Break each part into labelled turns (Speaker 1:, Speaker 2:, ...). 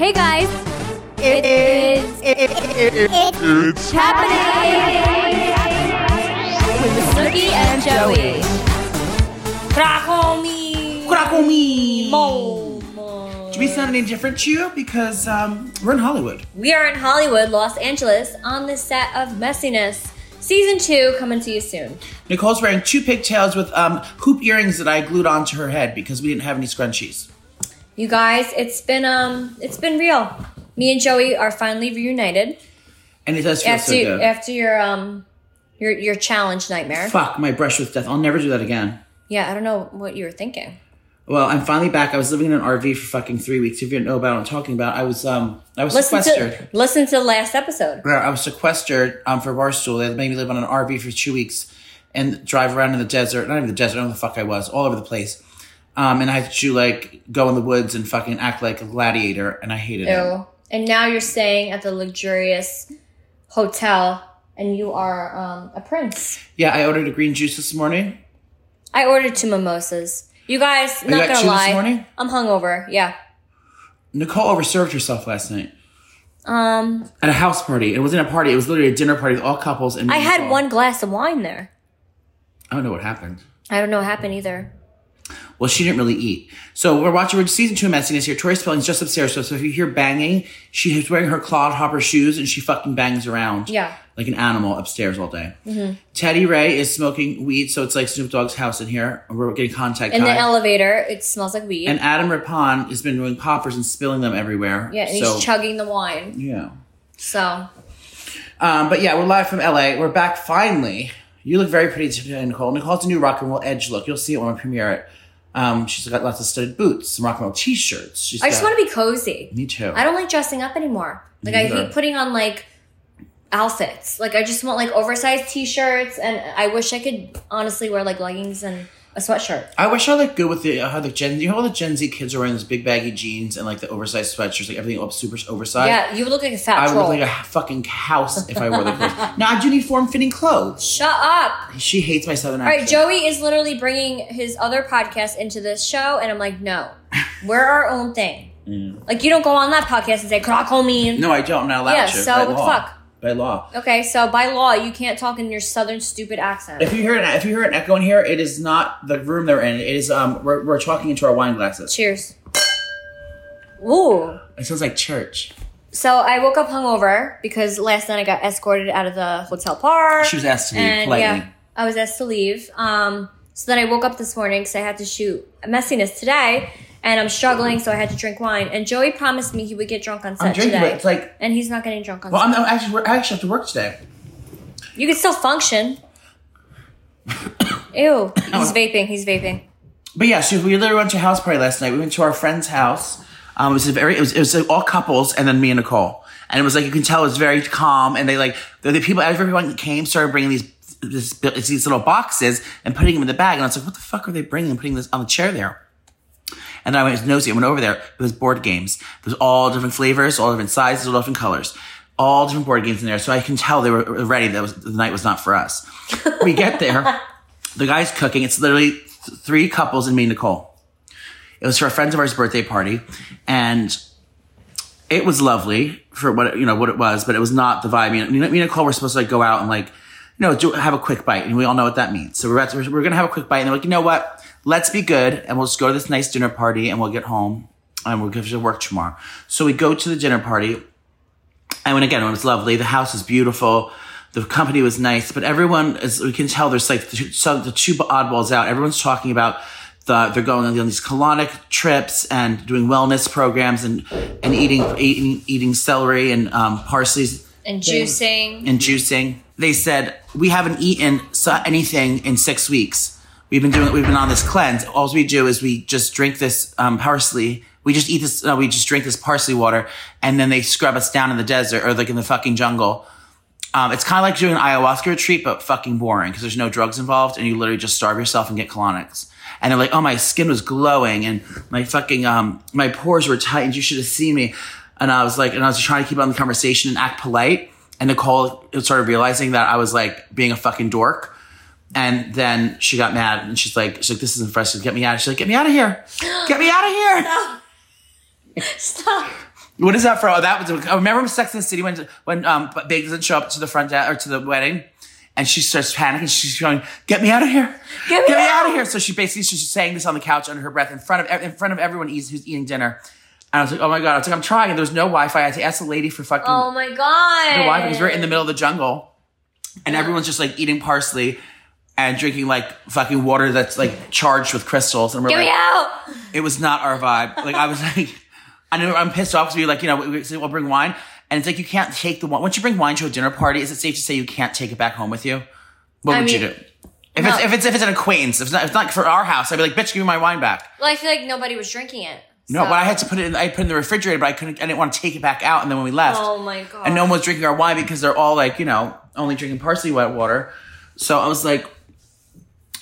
Speaker 1: Hey guys,
Speaker 2: It is. It, it, it,
Speaker 1: it's happening with Snooki and Joey. Krakomi.
Speaker 2: We sound any different to you because um, we're in Hollywood.
Speaker 1: We are in Hollywood, Los Angeles, on the set of Messiness. Season 2 coming to you soon.
Speaker 2: Nicole's wearing two pigtails with um, hoop earrings that I glued onto her head because we didn't have any scrunchies.
Speaker 1: You guys, it's been um it's been real. Me and Joey are finally reunited
Speaker 2: And it does feel
Speaker 1: after
Speaker 2: so good.
Speaker 1: after your um your your challenge nightmare.
Speaker 2: Fuck my brush with death. I'll never do that again.
Speaker 1: Yeah, I don't know what you were thinking.
Speaker 2: Well, I'm finally back. I was living in an RV for fucking three weeks. If you don't know about what I'm talking about, I was um I was
Speaker 1: Listen
Speaker 2: sequestered.
Speaker 1: to listen to the last episode.
Speaker 2: where I was sequestered um, for Barstool. They made me live on an RV for two weeks and drive around in the desert. Not even the desert, I don't know where the fuck I was, all over the place. Um, and I had to like go in the woods and fucking act like a gladiator, and I hated it.
Speaker 1: Ew. And now you're staying at the luxurious hotel and you are um, a prince.
Speaker 2: Yeah, I ordered a green juice this morning.
Speaker 1: I ordered two mimosas. You guys, not
Speaker 2: got
Speaker 1: gonna
Speaker 2: two this
Speaker 1: lie.
Speaker 2: morning?
Speaker 1: I'm hungover, yeah.
Speaker 2: Nicole overserved herself last night
Speaker 1: Um
Speaker 2: at a house party. It wasn't a party; it was literally a dinner party with all couples. And me
Speaker 1: I
Speaker 2: and
Speaker 1: had
Speaker 2: Nicole.
Speaker 1: one glass of wine there.
Speaker 2: I don't know what happened.
Speaker 1: I don't know what happened either.
Speaker 2: Well, she didn't really eat. So we're watching we're season two of messiness here. Tori Spelling's just upstairs. So, so if you hear banging, she is wearing her clodhopper shoes and she fucking bangs around.
Speaker 1: Yeah.
Speaker 2: Like an animal upstairs all day.
Speaker 1: Mm-hmm.
Speaker 2: Teddy Ray is smoking weed, so it's like Snoop Dogg's house in here. We're getting contact.
Speaker 1: In the
Speaker 2: high.
Speaker 1: elevator, it smells like weed.
Speaker 2: and Adam Rapon has been doing poppers and spilling them everywhere.
Speaker 1: yeah, and
Speaker 2: so,
Speaker 1: he's chugging the wine.
Speaker 2: Yeah.
Speaker 1: So
Speaker 2: Um, but yeah, we're live from LA. We're back finally. You look very pretty today, Nicole. Nicole has a new rock and roll edge look. You'll see it when we premiere it. Um, she's got lots of studded boots, some rock and roll t-shirts. She's
Speaker 1: I just
Speaker 2: got-
Speaker 1: want to be cozy.
Speaker 2: Me too.
Speaker 1: I don't like dressing up anymore. Like I
Speaker 2: Neither.
Speaker 1: hate putting on like outfits. Like I just want like oversized t-shirts, and I wish I could honestly wear like leggings and a sweatshirt.
Speaker 2: I wish I looked good with the uh, how the Gen. You know, all the Gen Z kids are wearing those big baggy jeans and like the oversized sweatshirts, like everything up super oversized.
Speaker 1: yeah, you would look like a fat
Speaker 2: I would
Speaker 1: troll.
Speaker 2: look like a fucking house if I wore the clothes. now I do need form fitting clothes.
Speaker 1: Shut up!
Speaker 2: She hates my southern
Speaker 1: All
Speaker 2: accent.
Speaker 1: right, Joey is literally bringing his other podcast into this show, and I'm like, no, we're our own thing. Like you don't go on that podcast and say Krakomin.
Speaker 2: Mm. No, I don't. I'm not allowed
Speaker 1: Yeah,
Speaker 2: to.
Speaker 1: so
Speaker 2: by
Speaker 1: what the
Speaker 2: law.
Speaker 1: fuck?
Speaker 2: By law.
Speaker 1: Okay, so by law, you can't talk in your southern stupid accent.
Speaker 2: If you hear an if you hear an echo in here, it is not the room they're in. It is um we're, we're talking into our wine glasses.
Speaker 1: Cheers. Ooh.
Speaker 2: It sounds like church.
Speaker 1: So I woke up hungover because last night I got escorted out of the hotel bar.
Speaker 2: She was asked to leave politely.
Speaker 1: I was asked to leave. Um, so then I woke up this morning because I had to shoot messiness today, and I'm struggling, so I had to drink wine. And Joey promised me he would get drunk on set
Speaker 2: I'm drinking,
Speaker 1: today,
Speaker 2: but it's like
Speaker 1: and he's not getting drunk on
Speaker 2: well,
Speaker 1: set.
Speaker 2: I'm, I'm actually we're- I actually have to work today.
Speaker 1: You can still function. Ew, he's vaping. He's vaping.
Speaker 2: But yeah, so we literally went to a house party last night. We went to our friend's house. Um, it was a very, it was, it was like all couples and then me and Nicole. And it was like, you can tell it was very calm. And they like, the, the people, everyone that came started bringing these, this, these little boxes and putting them in the bag. And I was like, what the fuck are they bringing and putting this on the chair there? And then I went nosy. I went over there. It was board games. There's all different flavors, all different sizes, all different colors, all different board games in there. So I can tell they were ready. That was the night was not for us. We get there. the guy's cooking. It's literally th- three couples and me and Nicole. It was for a friend of ours birthday party, and it was lovely for what it- you know what it was, but it was not the vibe. Me and, me and Nicole were supposed to like go out and like you know do, have a quick bite, and we all know what that means. So we're about to, we're gonna have a quick bite, and they're like, you know what? Let's be good, and we'll just go to this nice dinner party, and we'll get home, and we'll go to work tomorrow. So we go to the dinner party, and when again, it was lovely. The house is beautiful. The company was nice, but everyone, as we can tell, there's like the two, so the two oddballs out. Everyone's talking about the they're going on these colonic trips and doing wellness programs and and eating eating, eating celery and um, parsley's
Speaker 1: And juicing.
Speaker 2: and juicing. They said we haven't eaten so- anything in six weeks. We've been doing. We've been on this cleanse. All we do is we just drink this um, parsley. We just eat this. No, we just drink this parsley water, and then they scrub us down in the desert or like in the fucking jungle. Um, it's kind of like doing an ayahuasca retreat, but fucking boring because there's no drugs involved, and you literally just starve yourself and get colonics. And they're like, "Oh, my skin was glowing, and my fucking um, my pores were tightened. You should have seen me." And I was like, and I was trying to keep on the conversation and act polite. And Nicole started realizing that I was like being a fucking dork. And then she got mad, and she's like, "She's like, this isn't frustrating. Get me out." She's like, "Get me out of here! Get me out of here!"
Speaker 1: Stop.
Speaker 2: What is that for? Oh, that was. I remember when Sex and the City when when um Big doesn't show up to the front de- or to the wedding, and she starts panicking. She's going, "Get me out of here!
Speaker 1: Get me out."
Speaker 2: of here!" So she basically she's just saying this on the couch under her breath in front of in front of everyone who's who's eating dinner. And I was like, "Oh my god!" I was like, "I'm trying." And there's no Wi-Fi. I had to ask the lady for fucking
Speaker 1: Oh my god.
Speaker 2: the Wi-Fi because we're in the middle of the jungle, and everyone's just like eating parsley and drinking like fucking water that's like charged with crystals. And we're
Speaker 1: Get
Speaker 2: like,
Speaker 1: me out.
Speaker 2: it was not our vibe. Like I was like, I know I'm pissed off because we like, you know, we, we say we'll bring wine, and it's like you can't take the wine. Once you bring wine to a dinner party, is it safe to say you can't take it back home with you? What
Speaker 1: I
Speaker 2: would you
Speaker 1: mean,
Speaker 2: do? If it's
Speaker 1: no.
Speaker 2: if it's if it's an acquaintance, if it's not, if it's not for our house, I'd be like, bitch, give me my wine back.
Speaker 1: Well, I feel like nobody was drinking it.
Speaker 2: No,
Speaker 1: so-
Speaker 2: but I had to put it in. I put it in the refrigerator, but I couldn't. I didn't want to take it back out. And then when we left,
Speaker 1: Oh my god.
Speaker 2: and no one was drinking our wine because they're all like, you know, only drinking parsley wet water. So I was like,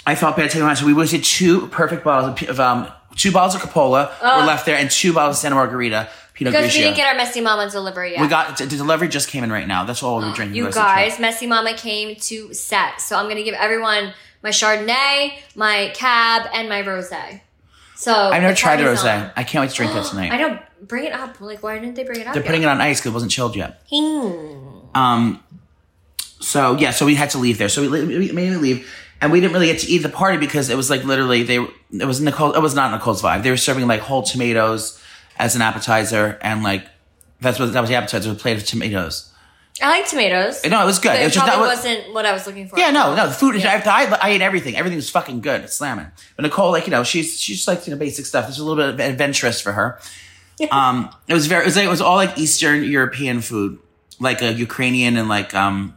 Speaker 2: I felt bad taking mine. So we wasted two perfect bottles of, p- of um, two bottles of Capola were left there and two bottles of Santa Margarita Pinot
Speaker 1: Oh. Because we
Speaker 2: Grigio.
Speaker 1: didn't get our messy mama delivery yet.
Speaker 2: we got the delivery just came in right now. That's all we're drinking.
Speaker 1: you
Speaker 2: the rest of the trip.
Speaker 1: guys. Messy mama came to set, so I'm gonna give everyone my Chardonnay, my Cab, and my Rosé. So
Speaker 2: I've never
Speaker 1: the
Speaker 2: tried a
Speaker 1: party's on.
Speaker 2: rosé. I can't wait to drink that tonight.
Speaker 1: I know. Bring it up. Like, why didn't they bring it up?
Speaker 2: They're putting it on ice because it wasn't chilled yet.
Speaker 1: on.
Speaker 2: Um, so yeah, so we had to leave there. So we, we we made me leave, and we didn't really get to eat the party because it was like literally they it was Nicole it was not Nicole's vibe. They were serving like whole tomatoes as an appetizer, and like that's what that was the appetizer, a plate of tomatoes.
Speaker 1: I like tomatoes.
Speaker 2: No, it was good.
Speaker 1: but
Speaker 2: It
Speaker 1: it
Speaker 2: was just
Speaker 1: probably
Speaker 2: that was.
Speaker 1: wasn't what I was looking for.
Speaker 2: Yeah, no, no. The food. is
Speaker 1: Yeah.
Speaker 2: I, I, I ate everything. Everything was fucking good. It's slamming. But Nicole, like you know, she's she's like you know basic stuff. It's a little bit of adventurous for her. Um, it was very. It was like it was all like Eastern European food, like a Ukrainian and like um,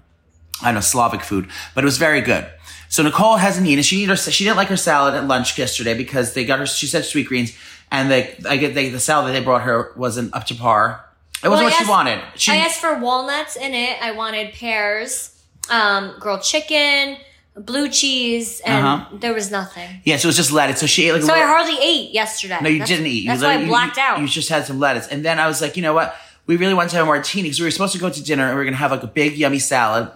Speaker 2: I don't know Slavic food, but it was very good. So Nicole hasn't eaten. She didn't. She didn't like her salad at lunch yesterday because they got her. She said sweet greens, and they I get they, the salad that they brought her wasn't up to par. It
Speaker 1: Well,
Speaker 2: wasn't
Speaker 1: I
Speaker 2: what she
Speaker 1: asked-
Speaker 2: wanted. She
Speaker 1: I asked for walnuts in it. I wanted pears, um, grilled chicken, blue cheese, and
Speaker 2: Uh-huh.
Speaker 1: there was nothing.
Speaker 2: yeah, so it was just lettuce. So she ate like a
Speaker 1: So I
Speaker 2: little-
Speaker 1: hardly ate yesterday.
Speaker 2: No, you didn't eat. You
Speaker 1: That's why I
Speaker 2: literally- you-
Speaker 1: blacked
Speaker 2: you-
Speaker 1: out.
Speaker 2: You just had some lettuce. And then I was like, you know what? We really want to have a martini because we were supposed to go to dinner and we are going to have like a big yummy salad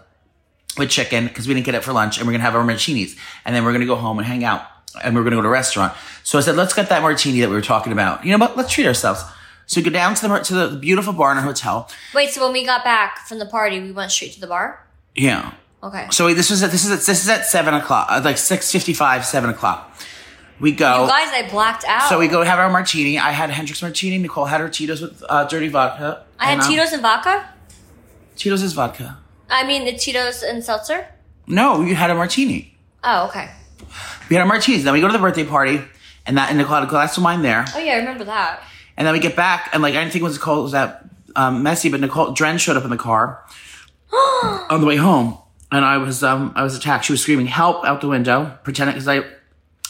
Speaker 2: with chicken because we didn't get it for lunch and we're going to have our martinis. And then we're going to go home and hang out and we're going to go to a restaurant. So I said, let's get that martini that we were talking about. You know what? Let's treat ourselves. So we go down to the, mar- to the beautiful bar in our hotel.
Speaker 1: Wait, so when we got back from the party, we went straight to the bar?
Speaker 2: Yeah.
Speaker 1: Okay.
Speaker 2: So this was at, this is at, this is at seven o'clock, uh, like 6.55, seven o'clock. We go.
Speaker 1: you guys, I blacked out.
Speaker 2: So we go have our martini. I had Hendrix martini. Nicole had her Tito's with uh, dirty vodka.
Speaker 1: I had
Speaker 2: And, um,
Speaker 1: Cheetos and vodka.
Speaker 2: Tito's is vodka.
Speaker 1: I mean, the Cheetos and seltzer.
Speaker 2: No, you had a martini.
Speaker 1: Oh, okay.
Speaker 2: We had our martinis. Then we go to the birthday party, and that and Nicole had a glass of wine there.
Speaker 1: Oh, yeah, I remember that.
Speaker 2: And then we get back, and like I didn't think it was Nicole it was that um, messy, but Nicole Dren showed up in the car on the way home, and I was um I was attacked. She was screaming help out the window, pretending because I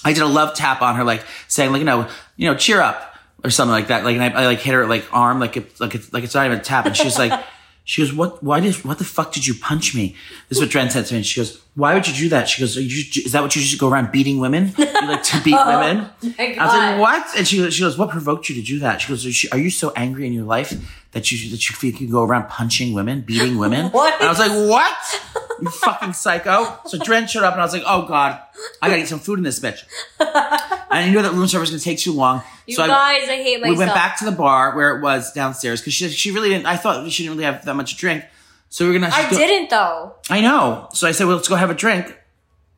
Speaker 2: I did a love tap on her, like saying like you know you know cheer up or something like that. Like and I, I like hit her like arm like it, like it's like it's not even a tap, and she was like. She goes, what? Why did? What the fuck did you punch me? This is what Dren said to me. She goes, why would you do that? She goes, Are you, is that what you just go around beating women? You like to beat women?
Speaker 1: my
Speaker 2: I was like,
Speaker 1: God.
Speaker 2: what? And she goes, she goes, what provoked you to do that? She goes, are you, are you so angry in your life that you that you feel you can go around punching women, beating women?
Speaker 1: What?
Speaker 2: And I was like, what? You fucking psycho. So Dren showed up, and I was like, oh god, I gotta get some food in this bitch. And I knew that room service was gonna take too long.
Speaker 1: You
Speaker 2: so I-
Speaker 1: guys, I, hate myself.
Speaker 2: we went back to the bar where it was downstairs because she she really didn't. I thought she didn't really have that much to drink, so we were gonna.
Speaker 1: I
Speaker 2: go-
Speaker 1: didn't, though.
Speaker 2: I know. So I said, well, let's go have a drink.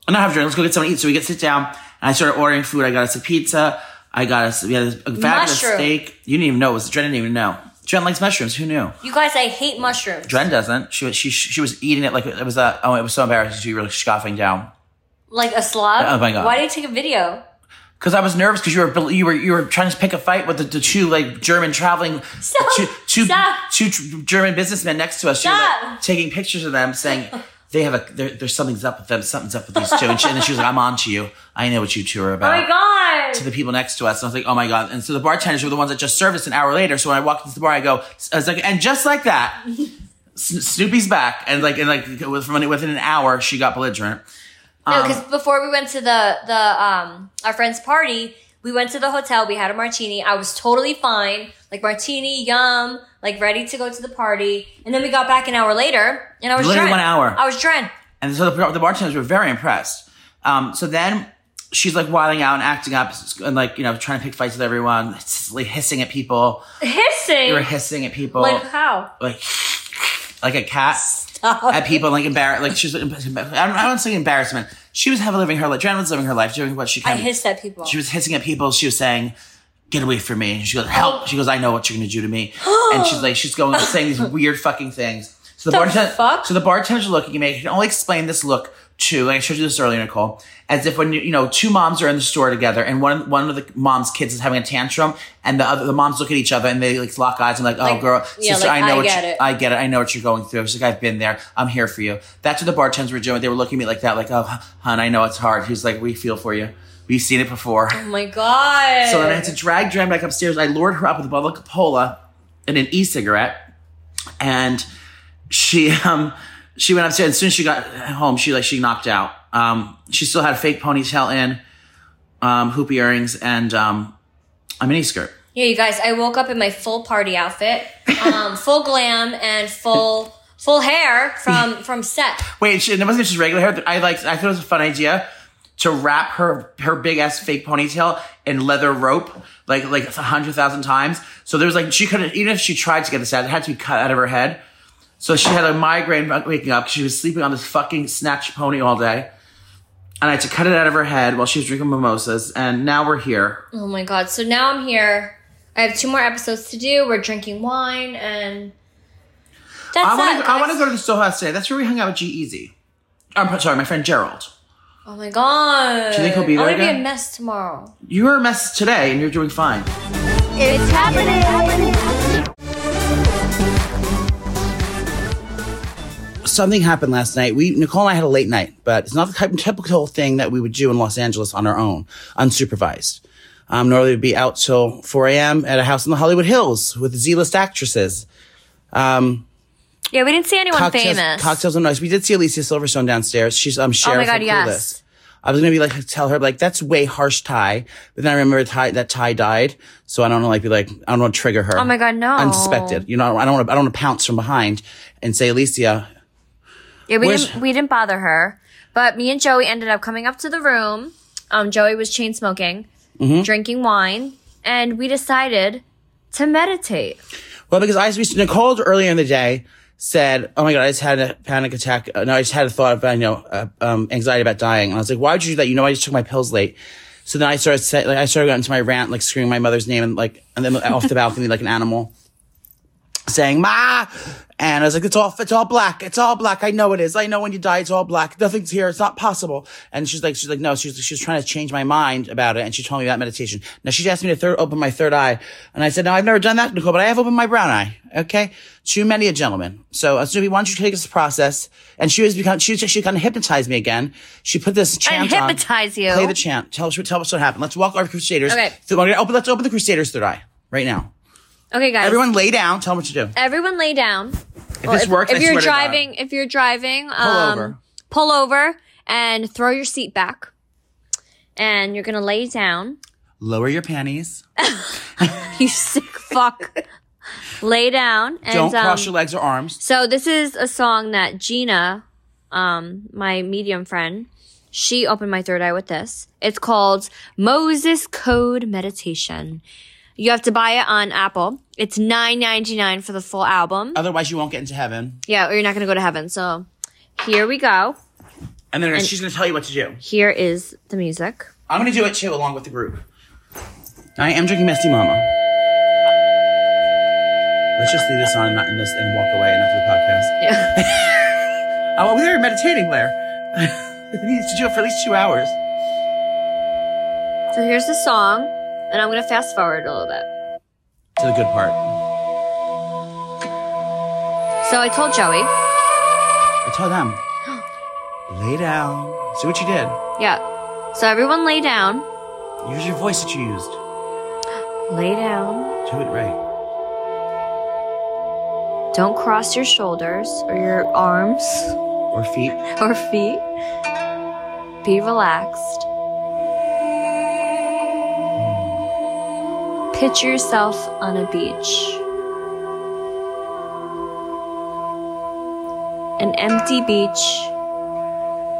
Speaker 2: And not have a drink. Let's go get something to eat. So we get sit down, and I started ordering food. I got us a pizza. I got us we had a fabulous
Speaker 1: Mushroom.
Speaker 2: steak. You didn't even know. It was Dren didn't even know. Dren likes mushrooms. Who knew?
Speaker 1: You guys, I hate mushrooms.
Speaker 2: Dren doesn't. She was she she was eating it like it was a oh it was so embarrassing. She was really scoffing down
Speaker 1: Like a slob?
Speaker 2: Oh, my God.
Speaker 1: Why did you take a video?
Speaker 2: because I was nervous because you were you were you were trying to pick a fight with the, the two like German traveling
Speaker 1: Stop.
Speaker 2: two two,
Speaker 1: Stop.
Speaker 2: two tr- German businessmen next to us. She was
Speaker 1: Stop.
Speaker 2: like, taking pictures of them, saying they have a there, there's something's up with them. Something's up with these two. And, she, and then she was like, "I'm on to you. I know what you two are
Speaker 1: Oh,
Speaker 2: about."
Speaker 1: my God.
Speaker 2: to the people next to us. And I was like, oh my God. And so the bartenders were the ones that just served us an hour later. So when I walked into the bar, I go, I was like, and just like that, Sno- Snoopy's back. And like, and like within, within an hour, she got belligerent.
Speaker 1: No,
Speaker 2: Um,
Speaker 1: because before we went to the the um our friend's party, we went to the hotel. We had a martini. I was totally fine, like martini, yum, like ready to go to the party. And then we got back an hour later, and I was
Speaker 2: Literally
Speaker 1: drunk.
Speaker 2: one hour.
Speaker 1: I was drunk.
Speaker 2: And so the, the bartenders were very impressed. Um, so then she's like wilding out and acting up and like you know trying to pick fights with everyone, like hissing at people.
Speaker 1: Hissing.
Speaker 2: They were hissing at people,
Speaker 1: like
Speaker 2: like
Speaker 1: how?
Speaker 2: like, a cat at people, like embarrassed. Like she's, I'm, I don't say embarrassment. She was having living her life. Jen was living her life, doing what she
Speaker 1: I
Speaker 2: can.
Speaker 1: hissed at people.
Speaker 2: she was hissing at people. She was saying, "Get away from me!" She goes, "Help!" She goes, "I know what you're gonna do to me." and she's like, she's going saying these weird fucking things. So the,
Speaker 1: The
Speaker 2: bartender,
Speaker 1: fuck?
Speaker 2: so the bartender's looking at me. I can only explain this look to, like I showed you this earlier, Nicole, as if when you, you know two moms are in the store together, and one one of the mom's kids is having a tantrum, and the other the moms look at each other and they like lock eyes and like, "Oh,
Speaker 1: Like-
Speaker 2: girl,
Speaker 1: yeah,
Speaker 2: sister,
Speaker 1: like,
Speaker 2: I know
Speaker 1: I
Speaker 2: what
Speaker 1: get
Speaker 2: you,
Speaker 1: it."
Speaker 2: I get it. I know what you're going through." She's like, "I've been there. I'm here for you." That's what the bartenders were doing. They were looking at me like that, like, "Oh, hon, I know it's hard." He's like, "We feel for you. We've seen it before."
Speaker 1: oh my god.
Speaker 2: So then I had to drag Jen back upstairs. I lured her up with a bottle of cola and an e-cigarette, and she um she went upstairs. As soon as she got home, she like she knocked out. Um, she still had a fake ponytail in, um, hoop earrings, and um, a miniskirt.
Speaker 1: yeah, you guys. I woke up in my full party outfit, um, full glam and full full hair from from set.
Speaker 2: Wait, she, it wasn't just regular hair. I like I thought it was a fun idea to wrap her her big ass fake ponytail in leather rope like like a hundred thousand times. So there was like she couldn't even if she tried to get this out, it had to be cut out of her head. So she had a migraine waking up. 'cause She was sleeping on this fucking snatched pony all day. And I had to cut it out of her head while she was drinking mimosas. And now we're here.
Speaker 1: Oh my god. So now I'm here. I have two more episodes to do. We're drinking wine and that's that.
Speaker 2: I want to I want
Speaker 1: guys.
Speaker 2: to go to the Soho House today. That's where we hung out with G Easy. I'm sorry, my friend Gerald.
Speaker 1: Oh my god.
Speaker 2: Do you think he'll be
Speaker 1: I'm gonna
Speaker 2: there
Speaker 1: be
Speaker 2: again?
Speaker 1: a mess tomorrow.
Speaker 2: You were a mess today, and you're doing fine.
Speaker 3: It's happening.
Speaker 2: something happened last night. We Nicole and I had a late night, but it's not the type, typical thing that we would do in Los Angeles on our own, unsupervised. Um, normally we'd be out till 4 a.m. at a house in the Hollywood Hills with Z-list actresses. Um,
Speaker 1: Yeah, we didn't see anyone
Speaker 2: Cocktails,
Speaker 1: Oh, famous. Oh
Speaker 2: cocktails and noise. We did see Alicia Silverstone downstairs. She's um sheriff.
Speaker 1: God,
Speaker 2: on
Speaker 1: yes.
Speaker 2: Clueless. I was gonna be like tell her like that's way harsh Ty, but then I remember Ty that Ty died, so I don't wanna like be like I don't want to trigger her. Oh
Speaker 1: my God, no.
Speaker 2: unsuspected. You know I don't want to I don't want to pounce from behind and say Alicia,
Speaker 1: Yeah, we
Speaker 2: Where's-
Speaker 1: didn't, we didn't bother her, but me and Joey ended up coming up to the room. Um, Joey was chain smoking,
Speaker 2: Mm-hmm.
Speaker 1: drinking wine, and we decided to meditate.
Speaker 2: Well, because I speech Nicole earlier in the day said, "Oh my god, I just had a panic attack. Uh, No, I just had a thought about you know uh, um, anxiety about dying." And I was like, "Why would you do that? You know, I just took my pills late." So then I started sa- like I started going into my rant, like screaming my mother's name and like and then off the balcony like an animal, saying "Ma." And I was like, "It's all it's all black. It's all black. I know it is. I know when you die, it's all black. Nothing's here. It's not possible." And she's like, "She's like, no. She's she's trying to change my mind about it." And she told me about meditation. Now she's asked me to third open my third eye, and I said, "No, I've never done that, Nicole, but I have opened my brown eye." Okay, too many a gentleman. So, Snoopy, why don't you take this process? And she was become she she kind of hypnotized me again. She put this chant on.
Speaker 1: hypnotize you.
Speaker 2: Play the chant. Tell us tell us what happened. Let's walk over Crusaders.
Speaker 1: Okay.
Speaker 2: So we're gonna open, let's open the Crusaders third eye right now.
Speaker 1: Okay, guys.
Speaker 2: Everyone, lay down. Tell them what to do.
Speaker 1: everyone lay down. Well,
Speaker 2: this
Speaker 1: if,
Speaker 2: works,
Speaker 1: if
Speaker 2: I
Speaker 1: you're
Speaker 2: swear to God.
Speaker 1: driving, if you're driving, pull
Speaker 2: over.
Speaker 1: pull over and throw your seat back, and you're gonna lay down.
Speaker 2: Lower your panties.
Speaker 1: You sick fuck. lay down and
Speaker 2: Don't cross
Speaker 1: um,
Speaker 2: your legs or arms.
Speaker 1: So this is a song that Gina, um, my medium friend, she opened my third eye with this. It's called Moses Code Meditation. You have to buy it on Apple. It's nine ninety nine for the full album.
Speaker 2: Otherwise, you won't get into heaven.
Speaker 1: Yeah, or you're not gonna go to heaven. So here we go.
Speaker 2: And then she's going to tell you what to do.
Speaker 1: Here is the music.
Speaker 2: I'm going to do it too, along with the group. I am drinking Messy Mama. Let's just leave this on and, not, and, just, and walk away and after the podcast.
Speaker 1: Yeah.
Speaker 2: Oh, we were meditating, Blair. we need to do it for at least two hours.
Speaker 1: So here's the song, and I'm gonna fast forward a little bit.
Speaker 2: To the good part.
Speaker 1: So I told Joey,
Speaker 2: I tell them, lay down. See what you did.
Speaker 1: yeah. So everyone lay down,
Speaker 2: Use your voice that you used.
Speaker 1: lay down.
Speaker 2: Do it right.
Speaker 1: Don't cross your shoulders or your arms
Speaker 2: Or feet.
Speaker 1: or feet. Be relaxed. Picture yourself on a beach. An empty beach.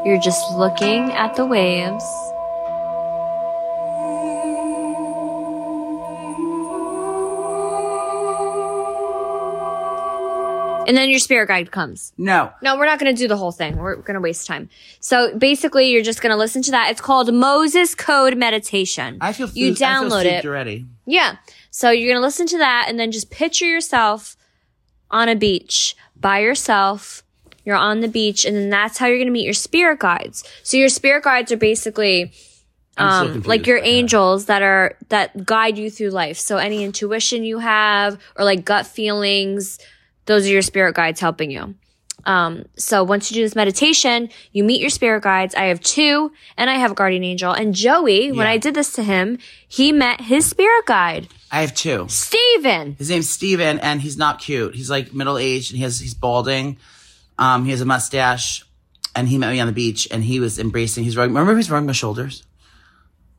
Speaker 1: You're just looking at the waves And then your spirit guide comes.
Speaker 2: No.
Speaker 1: No, we're not going to do the whole thing. We're going to waste time. So basically, you're just going to listen to that. It's called Moses Code Meditation.
Speaker 2: I feel
Speaker 1: you
Speaker 2: food- I feel
Speaker 1: download
Speaker 2: soothed
Speaker 1: it.
Speaker 2: already.
Speaker 1: Yeah. So you're going to listen to that and then just picture yourself on a beach by yourself. You're on the beach and then that's how you're going to meet your spirit guides. So your spirit guides are basically
Speaker 2: I'm so
Speaker 1: um,
Speaker 2: confused
Speaker 1: like your
Speaker 2: by that.
Speaker 1: angels that are that guide you through life. So any intuition you have or like gut feelings, those are your spirit guides helping you. Um, so once you do this meditation, you meet your spirit guides. I have two and I have a guardian angel. And Joey, when
Speaker 2: Yeah.
Speaker 1: I did this to him, he met his spirit guide,
Speaker 2: I have two.
Speaker 1: Steven.
Speaker 2: His name's Steven, and he's not cute. He's like middle aged, and he has he's balding. Um, he has a mustache, and he met me on the beach, and he was embracing. He's rubbing. Remember, he was rubbing my shoulders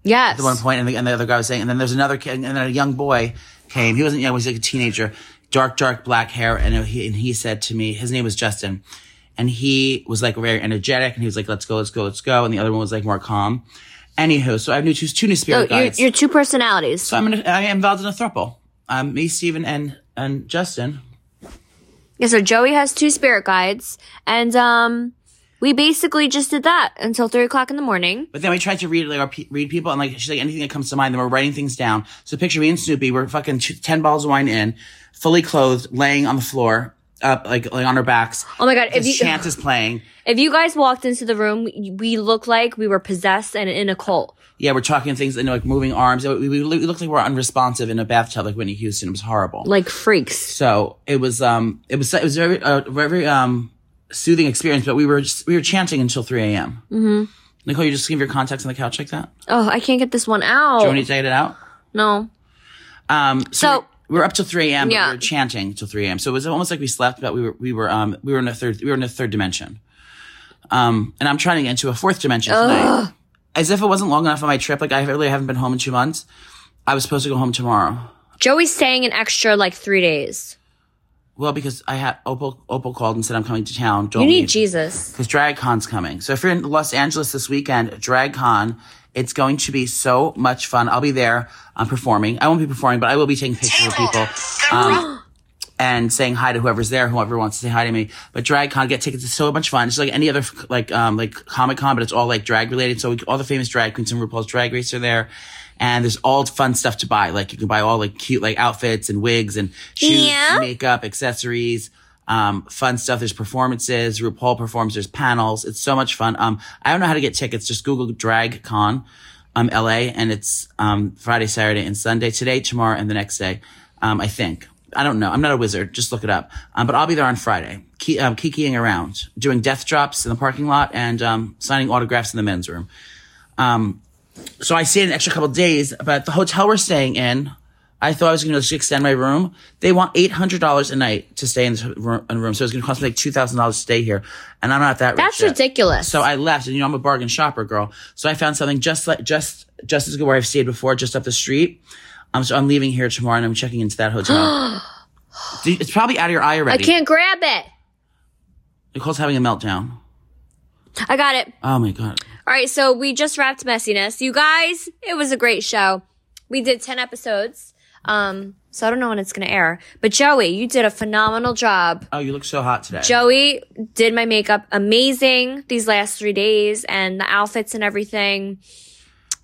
Speaker 1: Yes.
Speaker 2: at one point, and the, and the other guy was saying, and then there's another kid, and then a young boy came. He wasn't young; he was like a teenager, dark, dark black hair, and he and he said to me, his name was Justin, and he was like very energetic, and he was like, "Let's go, let's go, let's go," and the other one was like more calm. Anywho, so I knew two, two new
Speaker 1: so
Speaker 2: spirit
Speaker 1: your,
Speaker 2: guides.
Speaker 1: your two personalities.
Speaker 2: so I'm in a, I am involved in a throuple. Um, me, Steven, and and Justin.
Speaker 1: yeah. So Joey has two spirit guides and, um, we basically just did that until three o'clock in the morning.
Speaker 2: But then we tried to read like our pe- read people, and like she's like anything that comes to mind. Then we're writing things down. So picture me and Snoopy. We're fucking t- ten bottles of wine in, fully clothed, laying on the floor, up like like on our backs.
Speaker 1: Oh my God. If
Speaker 2: This
Speaker 1: you,
Speaker 2: chant is playing.
Speaker 1: if you guys walked into the room, we looked like we were possessed and in a cult.
Speaker 2: Yeah, we're talking things and like moving arms. We, we, we looked like we were unresponsive in a bathtub, like Whitney Houston. It was horrible.
Speaker 1: Like freaks.
Speaker 2: So it was um it was it was very a very um soothing experience. But we were just, we were chanting until three a.m. Mm-hmm. Nicole, you just give your contacts on the couch like that.
Speaker 1: Oh, I can't get this one out.
Speaker 2: Do you want me to take it out?
Speaker 1: no.
Speaker 2: Um, so,
Speaker 1: So-
Speaker 2: we we were up till three a.m.
Speaker 1: Yeah.
Speaker 2: But we were chanting till three a.m. So it was almost like we slept, but we were we were um we were in a third we were in a third dimension. Um, and I'm trying to get into a fourth dimension tonight. As if it wasn't long enough on my trip. Like I really haven't been home in two months. I was supposed to go home tomorrow.
Speaker 1: Joey's staying an extra like three days.
Speaker 2: Well, because I had Opal Opal called and said I'm coming to town. Don't
Speaker 1: You need
Speaker 2: leave."
Speaker 1: Jesus.
Speaker 2: because Drag Con's coming. So if you're in Los Angeles this weekend, Drag Con, it's going to be so much fun. I'll be there. I'm performing. I won't be performing, but I will be taking pictures of people um, and saying hi to whoever's there, whoever wants to say hi to me. But Drag Con, get tickets. It's so much fun. It's like any other like um like Comic Con, but it's all like drag related. So all the famous drag queens and RuPaul's Drag Race are there. And there's all fun stuff to buy. Like you can buy all like cute like outfits and wigs and shoes,
Speaker 1: Yeah.
Speaker 2: makeup, accessories, um, fun stuff. There's performances. RuPaul performs. There's panels. It's so much fun. Um, I don't know how to get tickets. Just Google Drag Con, um, LA, and it's um, Friday, Saturday, and Sunday. Today, tomorrow, and the next day. Um, I think. I don't know. I'm not a wizard. Just look it up. Um, but I'll be there on Friday, ki- um, kikiing around, doing death drops in the parking lot, and um, signing autographs in the men's room. Um, so I stayed an extra couple days, but the hotel we're staying in, I thought I was going to just extend my room. They want eight hundred dollars a night to stay in this room, in a room. so it's going to cost me like two thousand dollars to stay here, and I'm not that.
Speaker 1: That's
Speaker 2: rich yet.
Speaker 1: ridiculous.
Speaker 2: So I left, and you know I'm a bargain shopper, girl. So I found something just like just just as good where I've stayed before, just up the street. Um, so I'm leaving here tomorrow, and I'm checking into that hotel. Dude, it's probably out of your eye
Speaker 1: I
Speaker 2: already.
Speaker 1: can't grab it.
Speaker 2: Nicole's having a meltdown.
Speaker 1: I got it.
Speaker 2: Oh my god.
Speaker 1: All right, so we just wrapped messiness. You guys, it was a great show. We did 10 episodes. Um, so I don't know when it's going to air. But Joey, you did a phenomenal job.
Speaker 2: Oh, you look so hot today.
Speaker 1: Joey did my makeup amazing these last 3 days and the outfits and everything.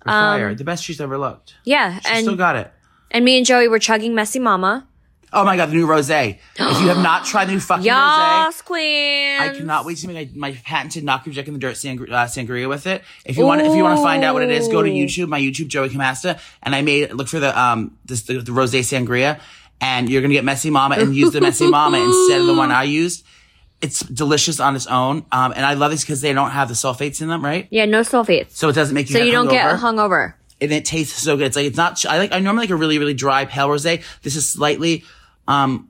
Speaker 2: You're fire. the best she's ever looked.
Speaker 1: Yeah,
Speaker 2: She still
Speaker 1: um, and
Speaker 2: got it.
Speaker 1: and me and Joey were chugging messy mama.
Speaker 2: Oh my god, the new rose. If you have not tried the new fucking rose,
Speaker 1: Yas, queen.
Speaker 2: I cannot wait to make my, my patented knock your jack in the dirt sangria, uh, sangria with it. If you want, if you want to find out what it is, go to
Speaker 1: Ooh.
Speaker 2: YouTube. My YouTube, Joey Camasta, and I made look for the um this the, the rose sangria, and you're gonna get messy mama and use the messy mama instead of the one I used. It's delicious on its own, um, and I love these because they don't have the sulfates in them, right?
Speaker 1: Yeah, no sulfates.
Speaker 2: So it doesn't make you
Speaker 1: So you don't get
Speaker 2: hungover
Speaker 1: hungover.
Speaker 2: and it tastes so good. It's like it's not. I like. I normally like a really really dry pale rosé. This is slightly um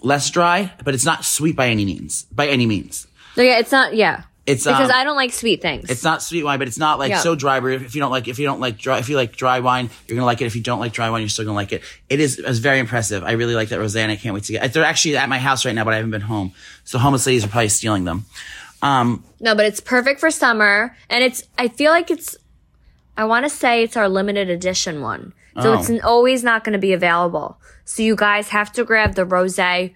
Speaker 2: less dry, but it's not sweet by any means. By any means,
Speaker 1: So yeah, it's not yeah.
Speaker 2: it's
Speaker 1: Because
Speaker 2: um,
Speaker 1: I don't like sweet things.
Speaker 2: It's not sweet wine, but it's not like
Speaker 1: Yeah.
Speaker 2: so dry. Where if you don't like, if you don't like dry, if you like dry wine, you're gonna like it. If you don't like dry wine, you're still gonna like it. It is it's very impressive. I really like that rosé, and I can't wait to get. They're actually at my house right now, but I haven't been home, so homeless ladies are probably stealing them. Um,
Speaker 1: No, but it's perfect for summer, and it's. I feel like it's. I want to say it's our limited edition one. So
Speaker 2: Oh.
Speaker 1: it's n- always not going to be available. So you guys have to grab the rose right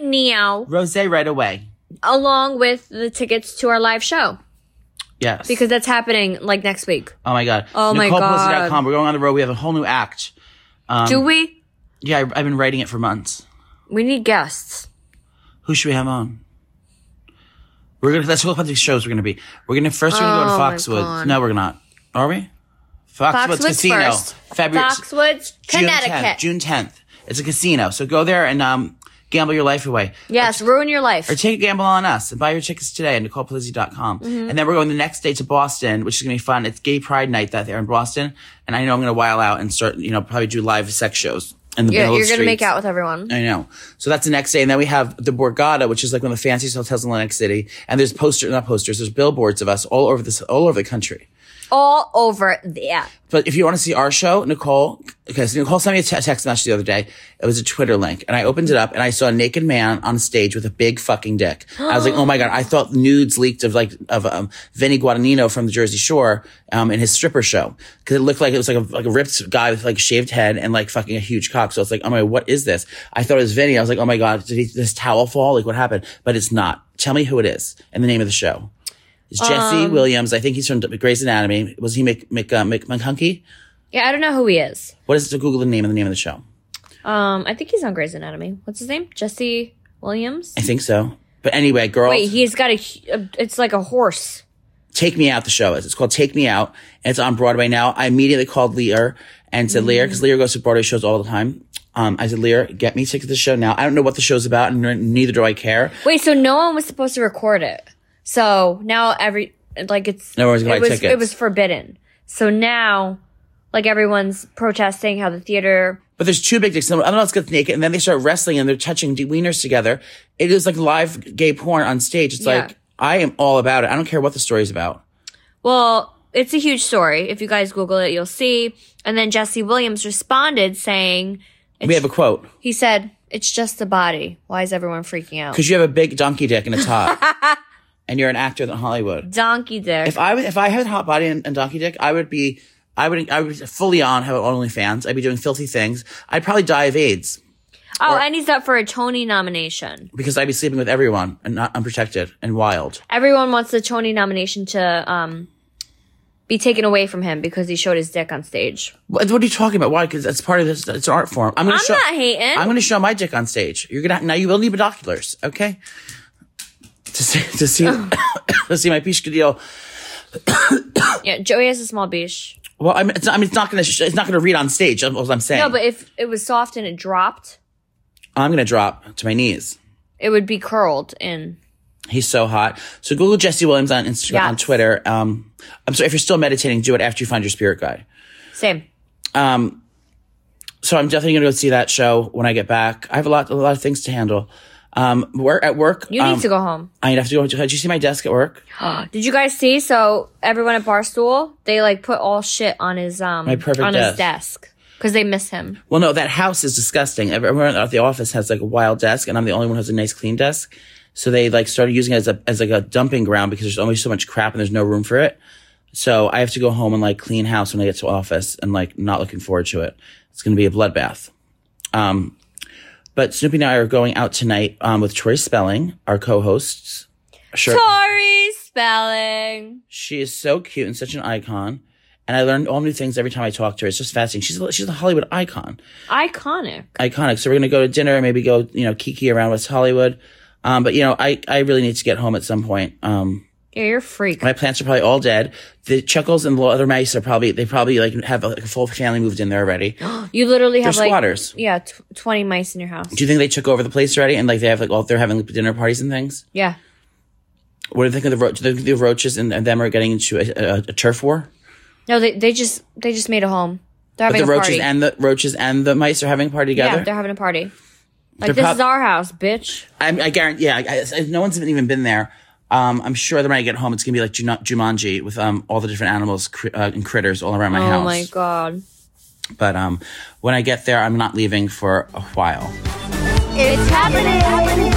Speaker 1: now
Speaker 2: Rose right away.
Speaker 1: along with the tickets to our live show
Speaker 2: Yes.
Speaker 1: because that's happening like next week.
Speaker 2: oh my god.
Speaker 1: Oh my
Speaker 2: NicolePulse.com. We're going on the road. We have a whole new act. Um,
Speaker 1: Do we?
Speaker 2: Yeah, I, I've been writing it for months.
Speaker 1: We need guests.
Speaker 2: Who should we have on? We're gonna. Let's go up on these shows. We're gonna be. We're gonna first. We're gonna
Speaker 1: Oh
Speaker 2: go
Speaker 1: my
Speaker 2: to Foxwoods.
Speaker 1: God.
Speaker 2: No, we're not. Are we? Foxwoods,
Speaker 1: Foxwoods
Speaker 2: Casino.
Speaker 1: first.
Speaker 2: February.
Speaker 1: Foxwoods,
Speaker 2: June
Speaker 1: Connecticut.
Speaker 2: 10th, June 10th. It's a casino. So go there and um, gamble your life away.
Speaker 1: yes, ruin your life.
Speaker 2: Or take a gamble on us and buy your tickets today at NicolePalizzi.com.
Speaker 1: Mm-hmm.
Speaker 2: And then we're going the next day to Boston, which is going to be fun. It's Gay Pride Night that there in Boston. And I know I'm going to while out and start, you know, probably do live sex shows in the
Speaker 1: yeah,
Speaker 2: middle of
Speaker 1: you're
Speaker 2: the
Speaker 1: going to make
Speaker 2: streets.
Speaker 1: out with everyone.
Speaker 2: I know. So that's the next day. And then we have the Borgata, which is like one of the fanciest hotels in Atlantic City. And there's posters, not posters, there's billboards of us all over this, all over the country.
Speaker 1: All over there.
Speaker 2: But if you want to see our show, Nicole, okay, so Nicole sent me a te- text message the other day. It was a Twitter link, and I opened it up and I saw a naked man on stage with a big fucking dick. I was like, oh my god! I thought nudes leaked of like of um, Vinny Guadagnino from the Jersey Shore um, in his stripper show because it looked like it was like a like a ripped guy with like a shaved head and like fucking a huge cock. So it's like, oh my, what is this? I thought it was Vinny. I was like, oh my god, did he, did this towel fall? Like what happened? But it's not. Tell me who it is and the name of the show. It's Jesse Williams. I think he's from Grey's Anatomy. Was he Mc, Mc, uh, Mc, McHunky?
Speaker 1: Yeah, I don't know who he is.
Speaker 2: What is it? Google the name and the name of the show.
Speaker 1: Um, I think he's on Grey's Anatomy. What's his name? Jesse Williams.
Speaker 2: I think so. But anyway, girl,
Speaker 1: Wait, he's got a. hu- a- It's like a horse.
Speaker 2: Take Me Out, the show is. It's called Take Me Out. And it's on Broadway now. I immediately called Lear and said, Lear, because Lear goes to Broadway shows all the time. Um, I said, Lear, get me tickets to the show now. I don't know what the show's about, and n- neither do I care.
Speaker 1: Wait, so no one was supposed to record it. So now every like it's
Speaker 2: No one's gonna
Speaker 1: it
Speaker 2: buy
Speaker 1: was
Speaker 2: tickets.
Speaker 1: it was forbidden. So now, like everyone's protesting how the theater.
Speaker 2: But there's two big dicks. I don't know. It's gets naked, and then they start wrestling, and they're touching d- wieners together. It is like live gay porn on stage. It's
Speaker 1: Yeah.
Speaker 2: like I am all about it. I don't care what the story's about.
Speaker 1: Well, it's a huge story. If you guys Google it, you'll see. And then Jesse Williams responded saying,
Speaker 2: We have a quote.
Speaker 1: "He said it's just the body. Why is everyone freaking out?
Speaker 2: Because you have a big donkey dick and it's hot. and you're an actor in Hollywood.
Speaker 1: Donkey dick.
Speaker 2: If I was- if I had a hot body and, and donkey dick, I would be I would I would fully on have OnlyFans. I'd be doing filthy things. I'd probably die of AIDS
Speaker 1: oh, and he's up for a Tony nomination.
Speaker 2: because I'd be sleeping with everyone and not unprotected and wild.
Speaker 1: everyone wants the Tony nomination to um be taken away from him because he showed his dick on stage.
Speaker 2: What, what are you talking about? Why? Because that's part of this. It's an art form. I'm gonna
Speaker 1: I'm
Speaker 2: show.
Speaker 1: not hating.
Speaker 2: I'm gonna show my dick on stage. You're gonna now. You will need binoculars, okay? To see to see to see my piscadillo.
Speaker 1: yeah, Joey has a small beach.
Speaker 2: Well, I mean, it's not, I mean, it's not gonna sh- it's not gonna read on stage. That's what I'm saying.
Speaker 1: No, but if it was soft and it dropped,
Speaker 2: I'm gonna drop to my knees.
Speaker 1: it would be curled in.
Speaker 2: He's so hot. So Google Jesse Williams on Instagram, on
Speaker 1: Yes.
Speaker 2: Twitter. Um, I'm sorry if you're still meditating, do it after you find your spirit guide.
Speaker 1: Same.
Speaker 2: Um, so I'm definitely gonna go see that show when I get back. I have a lot, a lot of things to handle. Um, we're at work. um,
Speaker 1: You need to go home.
Speaker 2: I have to go. Did you see my desk at work?
Speaker 1: Did you guys see? So everyone at Barstool, they like put all shit on his um
Speaker 2: My perfect
Speaker 1: on
Speaker 2: desk.
Speaker 1: his desk because they miss him.
Speaker 2: Well, no, that house is disgusting. Everyone at the office has like a wild desk, and I'm the only one who has a nice clean desk. So they like started using it as a as like a dumping ground because there's only so much crap and there's no room for it. So I have to go home and like clean house when I get to office, and like not looking forward to it. It's going to be a bloodbath. Um, but Snoopy and I are going out tonight um, with Troy Spelling, our co-hosts. Sure,
Speaker 1: Tori spelling.
Speaker 2: she is so cute and such an icon. And I learned all new things every time I talk to her. It's just fascinating. She's a, she's a Hollywood icon
Speaker 1: Iconic.
Speaker 2: iconic. So we're gonna go to dinner, maybe go, you know, kiki around West Hollywood. Um, but you know, I, I really need to get home at some point. Um,
Speaker 1: Yeah, you're a freak.
Speaker 2: my plants are probably all dead. The chuckles and the other mice are probably they probably like have a, like a full family moved in there already. Do
Speaker 1: You literally have
Speaker 2: They're
Speaker 1: like
Speaker 2: squatters.
Speaker 1: Yeah, tw- twenty mice in your house.
Speaker 2: you think they took over the place already and like they have like all they're having like, dinner parties and things?
Speaker 1: Yeah.
Speaker 2: What do you think of the roach? The, the roaches and, and them are getting into a, a, a turf war.
Speaker 1: No, they they just they just made a home. They're
Speaker 2: But
Speaker 1: having
Speaker 2: the
Speaker 1: a
Speaker 2: roaches
Speaker 1: party.
Speaker 2: and the roaches and the mice are having a party
Speaker 1: yeah,
Speaker 2: together.
Speaker 1: they're having a party. Like
Speaker 2: They're
Speaker 1: this
Speaker 2: prob-
Speaker 1: is our house, bitch.
Speaker 2: I, I guarantee. Yeah, I, I, no one's even been there. Um, I'm sure that when I get home, it's gonna be like Juma- Jumanji with um all the different animals cr- uh, and critters all around my
Speaker 1: Oh
Speaker 2: house.
Speaker 1: my god.
Speaker 2: But um, when I get there, I'm not leaving for a while.
Speaker 3: It's happening.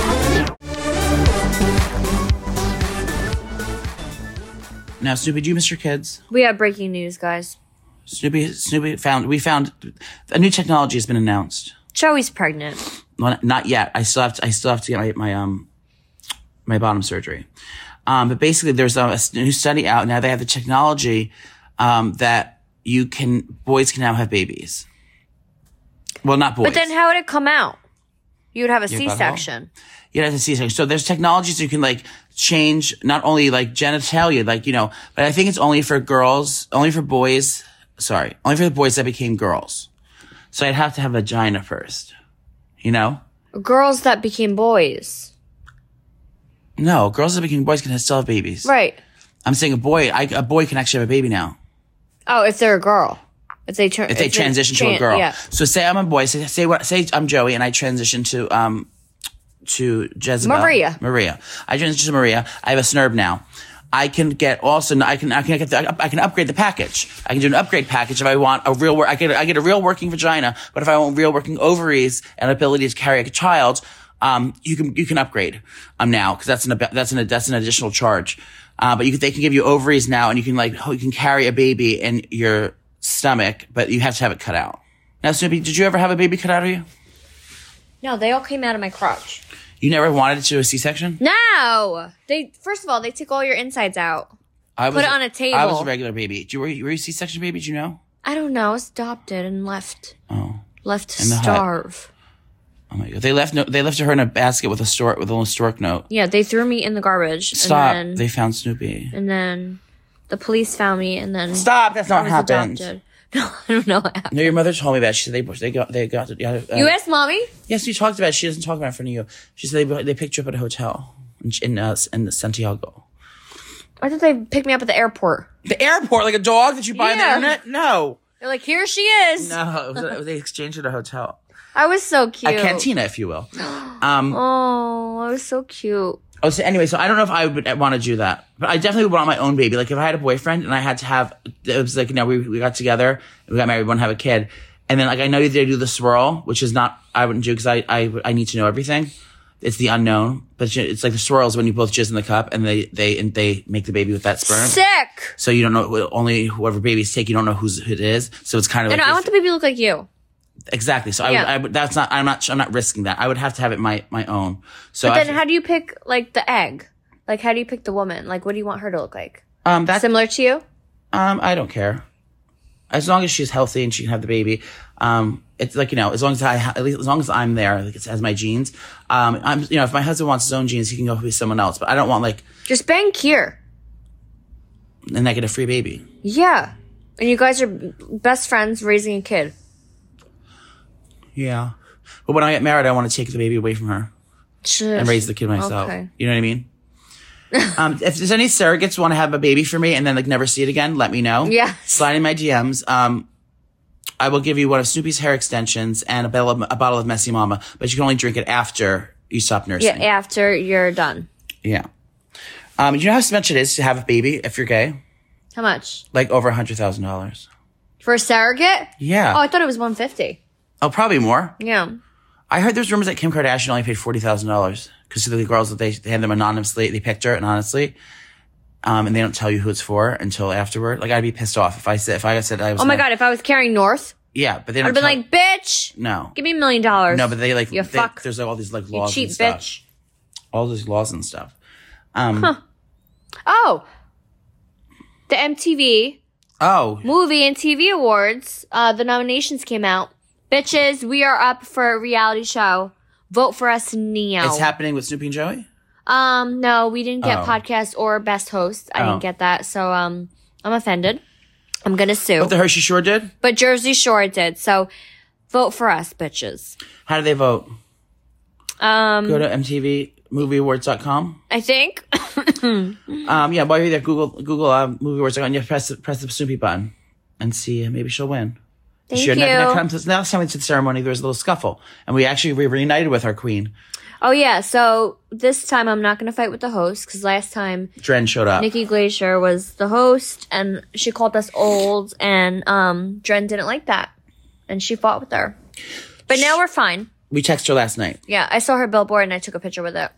Speaker 2: Now, Snoopy, do you miss your kids?
Speaker 1: We have breaking news, guys.
Speaker 2: Snoopy, Snoopy found we found a new technology has been announced.
Speaker 1: Joey's pregnant.
Speaker 2: Not, not yet. I still have to. I still have to get my, my um my bottom surgery. Um, but basically, there's a, a new study out now. They have the technology um, that you can boys can now have babies. Well, not boys.
Speaker 1: But then how would it come out? You would have a
Speaker 2: butthole?
Speaker 1: C-section.
Speaker 2: you have to see something. So there's technologies you can like change not only like genitalia, like, you know, but I think it's only for girls, only for boys. Sorry, only for the boys that became girls. So I'd have to have a vagina first, you know?
Speaker 1: Girls that became boys.
Speaker 2: No, girls that became boys can still have babies.
Speaker 1: Right.
Speaker 2: I'm saying a boy, I, a boy can actually have a baby now.
Speaker 1: Oh, if they're a girl. If they turn
Speaker 2: if they transition to a
Speaker 1: tran-
Speaker 2: girl.
Speaker 1: Yeah.
Speaker 2: So say I'm a boy. Say say what? Say I'm Joey, and I transition to um to Jezebel.
Speaker 1: Maria.
Speaker 2: Maria. I transition to Maria. I have a snurb now. I can get also. I can. I can get. The, I can upgrade the package. I can do an upgrade package if I want a real. wor- I get. I get a real working vagina. But if I want real working ovaries and ability to carry a child, um, you can you can upgrade um now because that's an ab- that's an that's an additional charge. Uh, but you can, they can give you ovaries now, and you can like ho- you can carry a baby in your stomach, but you have to have it cut out. Now, Snoopy, did you ever have a baby cut out of you?
Speaker 1: No, they all came out of my crotch.
Speaker 2: You never wanted to do a C-section?
Speaker 1: No. They first of all, they take all your insides out.
Speaker 2: I was,
Speaker 1: it on a
Speaker 2: I was
Speaker 1: table.
Speaker 2: a regular baby. Did you, were, you, were you a C-section baby? Did you know?
Speaker 1: I don't know. I was adopted and left.
Speaker 2: Oh,
Speaker 1: Left to
Speaker 2: In the hut.
Speaker 1: starve.
Speaker 2: oh my god! They left no, they left her in a basket with a stork with a little stork note.
Speaker 1: Yeah, they threw me in the garbage.
Speaker 2: Stop!
Speaker 1: And then,
Speaker 2: they found Snoopy.
Speaker 1: and then the police found me and then
Speaker 2: Stop! That's
Speaker 1: I
Speaker 2: not
Speaker 1: was
Speaker 2: what happened.
Speaker 1: adopted. No, I don't know what happened.
Speaker 2: No, your mother told me that. She said they they got they got. Uh,
Speaker 1: You asked mommy?
Speaker 2: yes, you talked about. it. She doesn't talk about it in front of you. She said they they picked you up at a hotel in in, uh, in Santiago.
Speaker 1: I thought they picked me up at the airport.
Speaker 2: The airport, like a dog that you buy
Speaker 1: Yeah.
Speaker 2: on the internet. No,
Speaker 1: They're like, here she is.
Speaker 2: no, it was, it was- they exchanged at a hotel.
Speaker 1: I was so cute.
Speaker 2: a cantina, if you will. Um,
Speaker 1: Oh, I was so cute.
Speaker 2: oh, so anyway, so I don't know if I would want to do that, but I definitely would want my own baby. Like if I had a boyfriend and I had to have, it was like, you know, we, we got together, we got married, we want to have a kid. And then like, I know they do the swirl, which is not, I wouldn't do because I, I, I need to know everything. It's the unknown, but you- it's like the swirl is when you both jizz in the cup and they, they, and they make the baby with that sperm.
Speaker 1: Sick.
Speaker 2: So you don't know, only whoever baby's take, you don't know who's, who it is. So it's kind of like,
Speaker 1: And I
Speaker 2: if-
Speaker 1: want the baby to look like you.
Speaker 2: exactly. So I,
Speaker 1: Yeah.
Speaker 2: would, I would, that's not, I'm not, I'm not risking that. I would have to have it my, my own. So
Speaker 1: But
Speaker 2: I-
Speaker 1: then how do you pick like the egg? Like how do you pick the woman? Like what do you want her to look like?
Speaker 2: um, that's,
Speaker 1: Similar to you?
Speaker 2: Um, I don't care. As long as she's healthy and she can have the baby. Um, it's like, you know, as long as I, ha- at least as long as I'm there, like it's as my genes. Um, I'm, you know, if my husband wants his own genes, he can go with someone else, but I don't want like,
Speaker 1: Just bang here.
Speaker 2: and I get a free baby.
Speaker 1: Yeah. And you guys are best friends raising a kid.
Speaker 2: Yeah. But when I get married, I want to take the baby away from her and raise the kid myself.
Speaker 1: Okay.
Speaker 2: You know what I mean? um, if there's any surrogates who want to have a baby for me and then like never see it again, let me know.
Speaker 1: Yeah.
Speaker 2: Slide in my DMs. Um, I will give you one of Snoopy's hair extensions and a bottle of, a bottle of Messy Mama, but you can only drink it after you stop
Speaker 1: Yeah,
Speaker 2: nursing.
Speaker 1: after you're done.
Speaker 2: Yeah. Um, you know how much it is to have a baby if you're gay?
Speaker 1: How much?
Speaker 2: Like over a hundred thousand dollars.
Speaker 1: For a surrogate?
Speaker 2: Yeah.
Speaker 1: Oh, I thought it was 150.
Speaker 2: oh, probably more.
Speaker 1: Yeah.
Speaker 2: I heard there's rumors that Kim Kardashian only paid forty thousand dollars because the girls that they, they had them anonymously, they picked her anonymously, um, and they don't tell you who it's for until afterward. Like I'd be pissed off if I said if I said I was.
Speaker 1: Oh my
Speaker 2: gonna-
Speaker 1: god, if I was carrying North,
Speaker 2: Yeah, but they
Speaker 1: I'd have
Speaker 2: don't.
Speaker 1: been
Speaker 2: tell-
Speaker 1: like, bitch,
Speaker 2: no,
Speaker 1: give me a million dollars.
Speaker 2: no, but they like
Speaker 1: You
Speaker 2: they-
Speaker 1: fuck.
Speaker 2: There's like all these like
Speaker 1: you
Speaker 2: laws
Speaker 1: cheap
Speaker 2: and stuff.
Speaker 1: bitch.
Speaker 2: All these laws and stuff. Um,
Speaker 1: Oh. The MTV
Speaker 2: Oh,
Speaker 1: Movie and TV Awards, uh, the nominations came out. Bitches, we are up for a reality show. Vote for us now.
Speaker 2: it's happening with Snoopy and Joey.
Speaker 1: um, no, we didn't get
Speaker 2: Oh.
Speaker 1: podcast or best host. I
Speaker 2: Oh.
Speaker 1: didn't get that, so um, I'm offended. I'm gonna sue.
Speaker 2: But the Hershey Shore did.
Speaker 1: but Jersey Shore did. So vote for us, bitches.
Speaker 2: How do they vote?
Speaker 1: Um,
Speaker 2: Go to MTVMovieAwards.com.
Speaker 1: I think.
Speaker 2: Um, yeah, while you're there, Google Google uh, Movie Awards. And you press press the Snoopy button and see. uh, Maybe she'll win.
Speaker 1: Thank
Speaker 2: Sure,
Speaker 1: you.
Speaker 2: Next, next, time, since last time we did the ceremony, there was a little scuffle, and we actually we reunited with our queen.
Speaker 1: Oh yeah. So this time I'm not gonna fight with the host because last time
Speaker 2: Dren showed up.
Speaker 1: Nikki Glacier was the host and she called us old and um Dren didn't like that and she fought with her. But now we're fine.
Speaker 2: We texted her last night.
Speaker 1: Yeah, I saw her billboard and I took a picture with it.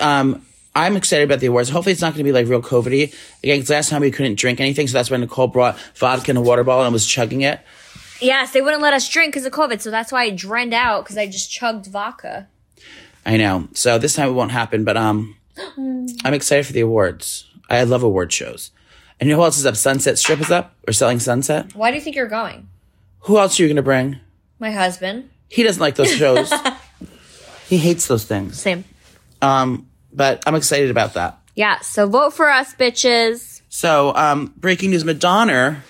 Speaker 2: Um, I'm excited about the awards. Hopefully, it's not going to be like real COVIDy. Again, 'cause last time we couldn't drink anything, so that's when Nicole brought vodka and a water bottle and was chugging it.
Speaker 1: Yes, they wouldn't let us drink because of COVID, so that's why I drained out because I just chugged vodka.
Speaker 2: I know. So this time it won't happen, but um, I'm excited for the awards. I love award shows. And you know who else is up? Sunset Strip is up or selling Sunset.
Speaker 1: Why do you think you're going?
Speaker 2: Who else are you going to bring?
Speaker 1: My husband.
Speaker 2: He doesn't like those shows. he hates those things.
Speaker 1: Same.
Speaker 2: Um, but I'm excited about that.
Speaker 1: Yeah, so vote for us, bitches.
Speaker 2: So, um, breaking news: Madonna.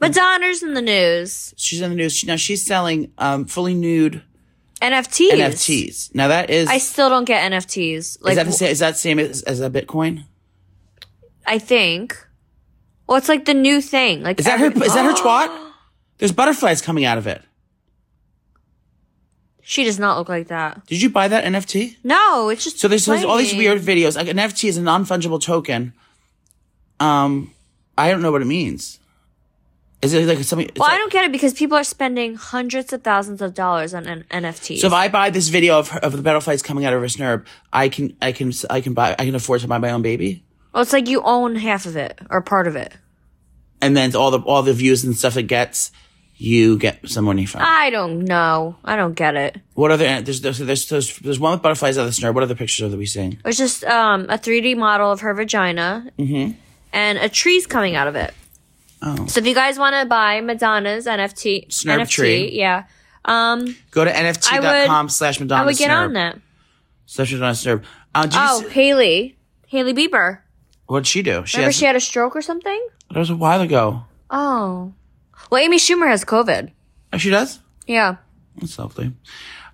Speaker 1: Madonna's in the news.
Speaker 2: She's in the news she, now. She's selling um, fully nude
Speaker 1: NFTs.
Speaker 2: NFTs. Now that is
Speaker 1: I still don't get NFTs. Like
Speaker 2: is that the same, is that same as, as a Bitcoin?
Speaker 1: I think. Well, it's like the new thing. Like
Speaker 2: Is that her?
Speaker 1: every-
Speaker 2: Is that her twat? There's butterflies coming out of it.
Speaker 1: She does not look like that.
Speaker 2: Did you buy that NFT?
Speaker 1: No, it's just
Speaker 2: So there's, there's all these
Speaker 1: plain.
Speaker 2: weird videos. Like an NFT is a non fungible token. Um, I don't know what it means. Is it like something?
Speaker 1: Well, I don't get it because people are spending hundreds of thousands of dollars on an NFT.
Speaker 2: So if I buy this video of her, of the butterflies coming out of her snurb, I can I can I can buy I can afford to buy my own baby,
Speaker 1: well, it's like you own half of it or part of it.
Speaker 2: and then all the all the views and stuff it gets, you get some money from.
Speaker 1: I don't know. I don't get it.
Speaker 2: What other there's there's there's, there's, there's one with butterflies out of the snurb. What other pictures are that we seeing?
Speaker 1: It was just um, a 3D model of her vagina
Speaker 2: Mm-hmm.
Speaker 1: and a tree's coming out of it.
Speaker 2: Oh.
Speaker 1: So if you guys want to buy Madonna's NFT,
Speaker 2: Snurb
Speaker 1: NFT,
Speaker 2: tree.
Speaker 1: yeah, um,
Speaker 2: Go to nft.com slash Madonna
Speaker 1: I would get
Speaker 2: snurb.
Speaker 1: on that.
Speaker 2: Slash Madonna snurb. Uh, did
Speaker 1: Oh,
Speaker 2: you s-
Speaker 1: Haley, Haley Bieber.
Speaker 2: what'd she do? She
Speaker 1: Remember
Speaker 2: has,
Speaker 1: she had a stroke or something?
Speaker 2: that was a while ago.
Speaker 1: Oh, well, Amy Schumer has COVID.
Speaker 2: Oh, she does.
Speaker 1: Yeah,
Speaker 2: That's lovely.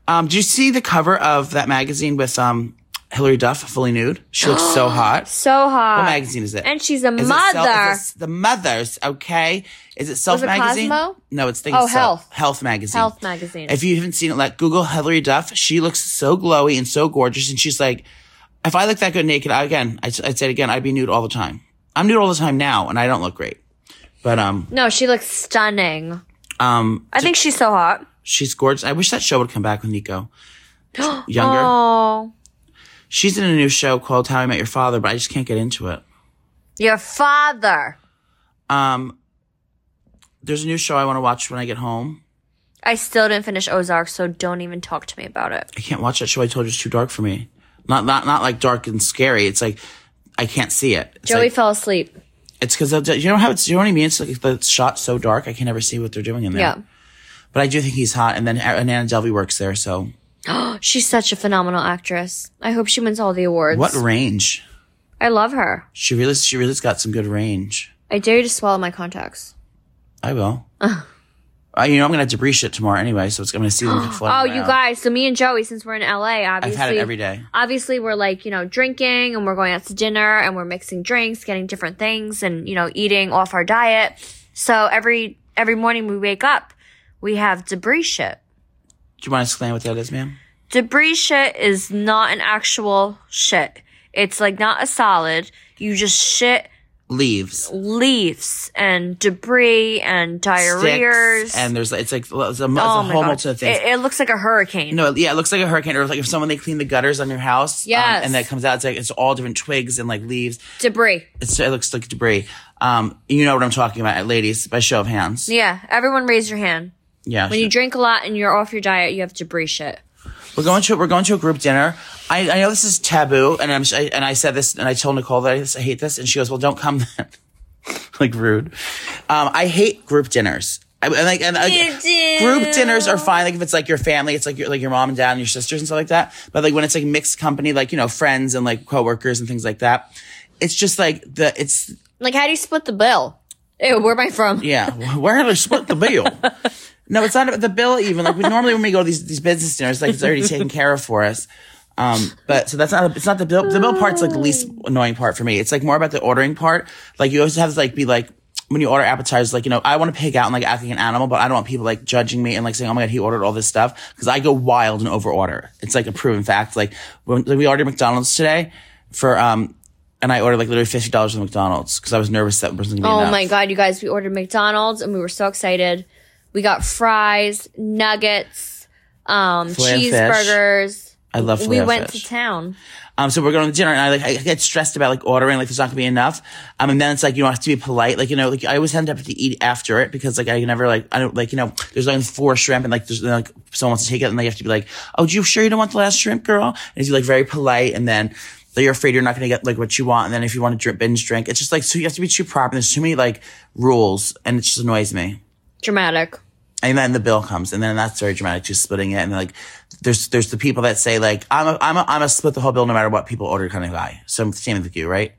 Speaker 2: Um, did you see the cover of that magazine with um Hillary Duff fully nude? She looks so hot.
Speaker 1: so hot.
Speaker 2: What magazine is it?
Speaker 1: And she's a
Speaker 2: Oh Is it
Speaker 1: mother.
Speaker 2: Self- is it s- the mothers, okay? Is it Self
Speaker 1: it
Speaker 2: magazine?
Speaker 1: Cosmo?
Speaker 2: No, it's thing
Speaker 1: Oh,
Speaker 2: it's Self-
Speaker 1: Health.
Speaker 2: Health magazine.
Speaker 1: Health magazine.
Speaker 2: If you haven't seen it, like Google Hillary Duff. She looks so glowy and so gorgeous, and she's like, if I look that good naked, I, again, I, would say it again, I'd be nude all the time. I'm nude all the time now, and I don't look great. But um,
Speaker 1: no, she looks stunning.
Speaker 2: um,
Speaker 1: I think she's so hot.
Speaker 2: she's gorgeous. I wish that show would come back with Nico. Younger.
Speaker 1: Oh,
Speaker 2: She's in a new show called How I Met Your Father, but I just can't get into it.
Speaker 1: your father.
Speaker 2: Um, there's a new show I want to watch when I get home.
Speaker 1: I still didn't finish Ozark, so don't even talk to me about it.
Speaker 2: I can't watch that show. I told you it's too dark for me. Not not not like dark and scary. It's like I can't see it. It's
Speaker 1: Joey
Speaker 2: like,
Speaker 1: fell asleep.
Speaker 2: it's because you know how it's you know what I mean. It's like the shot's so dark I can never see what they're doing in there.
Speaker 1: Yeah.
Speaker 2: But I do think he's hot, and then and Anna Delvey works there. So
Speaker 1: She's such a phenomenal actress. I hope she wins all the awards.
Speaker 2: what range?
Speaker 1: I love her.
Speaker 2: She really she really's got some good range.
Speaker 1: I dare you to swallow my contacts.
Speaker 2: I will. Uh, you know I'm gonna have to breach it tomorrow anyway, so it's I'm gonna see them.
Speaker 1: Oh, you guys. So me and Joey, since we're in LA, obviously,
Speaker 2: I've had it every day.
Speaker 1: obviously we're like you know drinking and we're going out to dinner and we're mixing drinks, getting different things, and you know eating off our diet. So every every morning we wake up, we have debris shit.
Speaker 2: Do you want to explain what that is, ma'am?
Speaker 1: debris shit is not an actual shit. It's like not a solid. You just shit
Speaker 2: Leaves,
Speaker 1: leaves and debris and diarrhea.
Speaker 2: sticks, and there's like- it's like it's a, it's a
Speaker 1: Oh my
Speaker 2: whole
Speaker 1: God.
Speaker 2: multitude of things.
Speaker 1: It, it looks like a hurricane.
Speaker 2: No, yeah, it looks like a hurricane, or like if someone they clean the gutters on your house, um,
Speaker 1: Yes.
Speaker 2: and that comes out, it's like it's all different twigs and like leaves.
Speaker 1: Debris.
Speaker 2: It's, it looks like debris. Um, you know what I'm talking about, ladies, by show of hands.
Speaker 1: Yeah, everyone raise your hand.
Speaker 2: Yeah,
Speaker 1: When you drink a lot and you're off your diet, you have debris shit.
Speaker 2: we're going to we're going to a group dinner. I, I know this is taboo, and I'm I, and I said this, and I told Nicole that I, I hate this, and she goes, "Well, don't come then." like rude. Um, I hate group dinners. I, and like and I, group dinners are fine. Like if it's like your family, it's like your like your mom and dad and your sisters and stuff like that. But like when it's like mixed company, like you know friends and like coworkers and things like that, it's just like the it's
Speaker 1: Like, how do you split the bill? Ew, where am I from?
Speaker 2: yeah, where do they split the bill? no, it's not about the bill even. Like we normally when we go to these these business dinners, like it's already taken care of for us. Um, but so that's not it's not the bill. The bill part's like the least annoying part for me. It's like more about the ordering part. Like you always have to like be like when you order appetizers, like you know, I want to pig out and like act like an animal, but I don't want people like judging me and like saying, "Oh my god, he ordered all this stuff," because I go wild and over order. It's like a proven fact. Like when like, we ordered McDonald's today for um. And I ordered like literally fifty dollars from McDonald's because I was nervous that wasn't gonna
Speaker 1: Oh
Speaker 2: be enough.
Speaker 1: my god, you guys, we ordered McDonald's and we were so excited. We got fries, nuggets, um,
Speaker 2: Flan fish.
Speaker 1: cheeseburgers,
Speaker 2: I love filet
Speaker 1: we went
Speaker 2: fish.
Speaker 1: to town.
Speaker 2: Um, so we're going to dinner, and I like I get stressed about like ordering, like there's not gonna be enough. Um, and then it's like you know, I have to be polite, like you know, like I always end up to eat after it because like I never like I don't like you know, there's like four shrimp, and like there's like someone wants to take it, and they have to be like, oh, you sure you don't want the last shrimp, girl? And you're like very polite, and then. Like you're afraid you're not gonna get like what you want, and then if you want to drink, binge drink, it's just like so you have to be too proper. There's too many like rules, and it just annoys me.
Speaker 1: Dramatic.
Speaker 2: And then the bill comes, and then that's very dramatic. Just splitting it, and like, there's there's the people that say like, I'm a I'm a I'm a split the whole bill no matter what people order kind of guy. So I'm the same with you, right?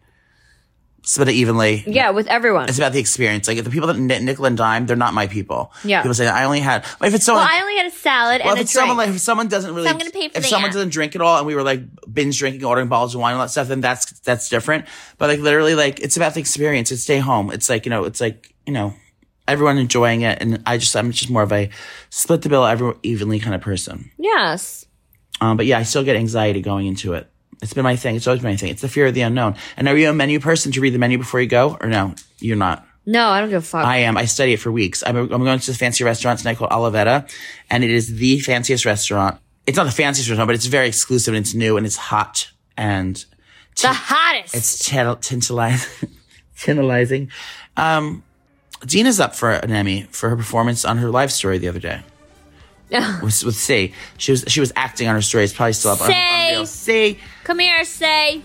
Speaker 2: Split it evenly.
Speaker 1: Yeah, with everyone.
Speaker 2: It's about the experience. Like the people that ni- nickel and dime, they're not my people.
Speaker 1: Yeah.
Speaker 2: People say I only had. But if it's someone,
Speaker 1: Well, I only had a salad
Speaker 2: well,
Speaker 1: and
Speaker 2: if
Speaker 1: a
Speaker 2: it's someone
Speaker 1: drink.
Speaker 2: like if someone doesn't really,
Speaker 1: I'm gonna pay for
Speaker 2: if
Speaker 1: the
Speaker 2: someone
Speaker 1: app.
Speaker 2: doesn't drink at all, and we were like binge drinking, ordering bottles of wine and all that stuff, then that's that's different. But like literally, like it's about the experience. It's stay home. It's like you know, it's like you know, everyone enjoying it, and I just I'm just more of a split the bill everyone evenly kind of person.
Speaker 1: yes.
Speaker 2: Um, but yeah, I still get anxiety going into it. It's been my thing. It's always been my thing. It's the fear of the unknown. And are you a menu person to read the menu before you go, or no? You're not.
Speaker 1: No, I don't give a fuck.
Speaker 2: I am. I study it for weeks. I'm, I'm going to this fancy restaurant tonight called Olivetta, and it is the fanciest restaurant. It's not the fanciest restaurant, but it's very exclusive and it's new and it's hot and
Speaker 1: the hottest.
Speaker 2: it's tin- tantalizing. tantalizing. Um, Dina's up for an Emmy for her performance on her live story the other day. with, with C, she was she was acting on her story. It's probably still up on, on
Speaker 1: Say.
Speaker 2: Reel. C,
Speaker 1: Come here, say.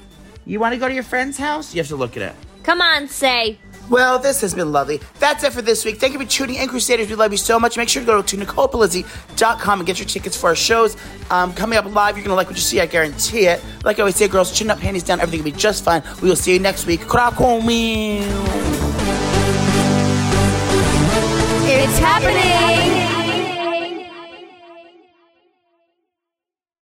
Speaker 2: you want to go to your friend's house? You have to look at it.
Speaker 1: Come on, say.
Speaker 2: Well, this has been lovely. That's it for this week. Thank you for tuning in, Crusaders. We love you so much. Make sure to go to NicolePalizzi.com and get your tickets for our shows. Um, coming up live, you're going to like what you see, I guarantee it. Like I always say, girls, chin up, panties down, everything will be just fine. We will see you next week. Krakow
Speaker 3: It's happening.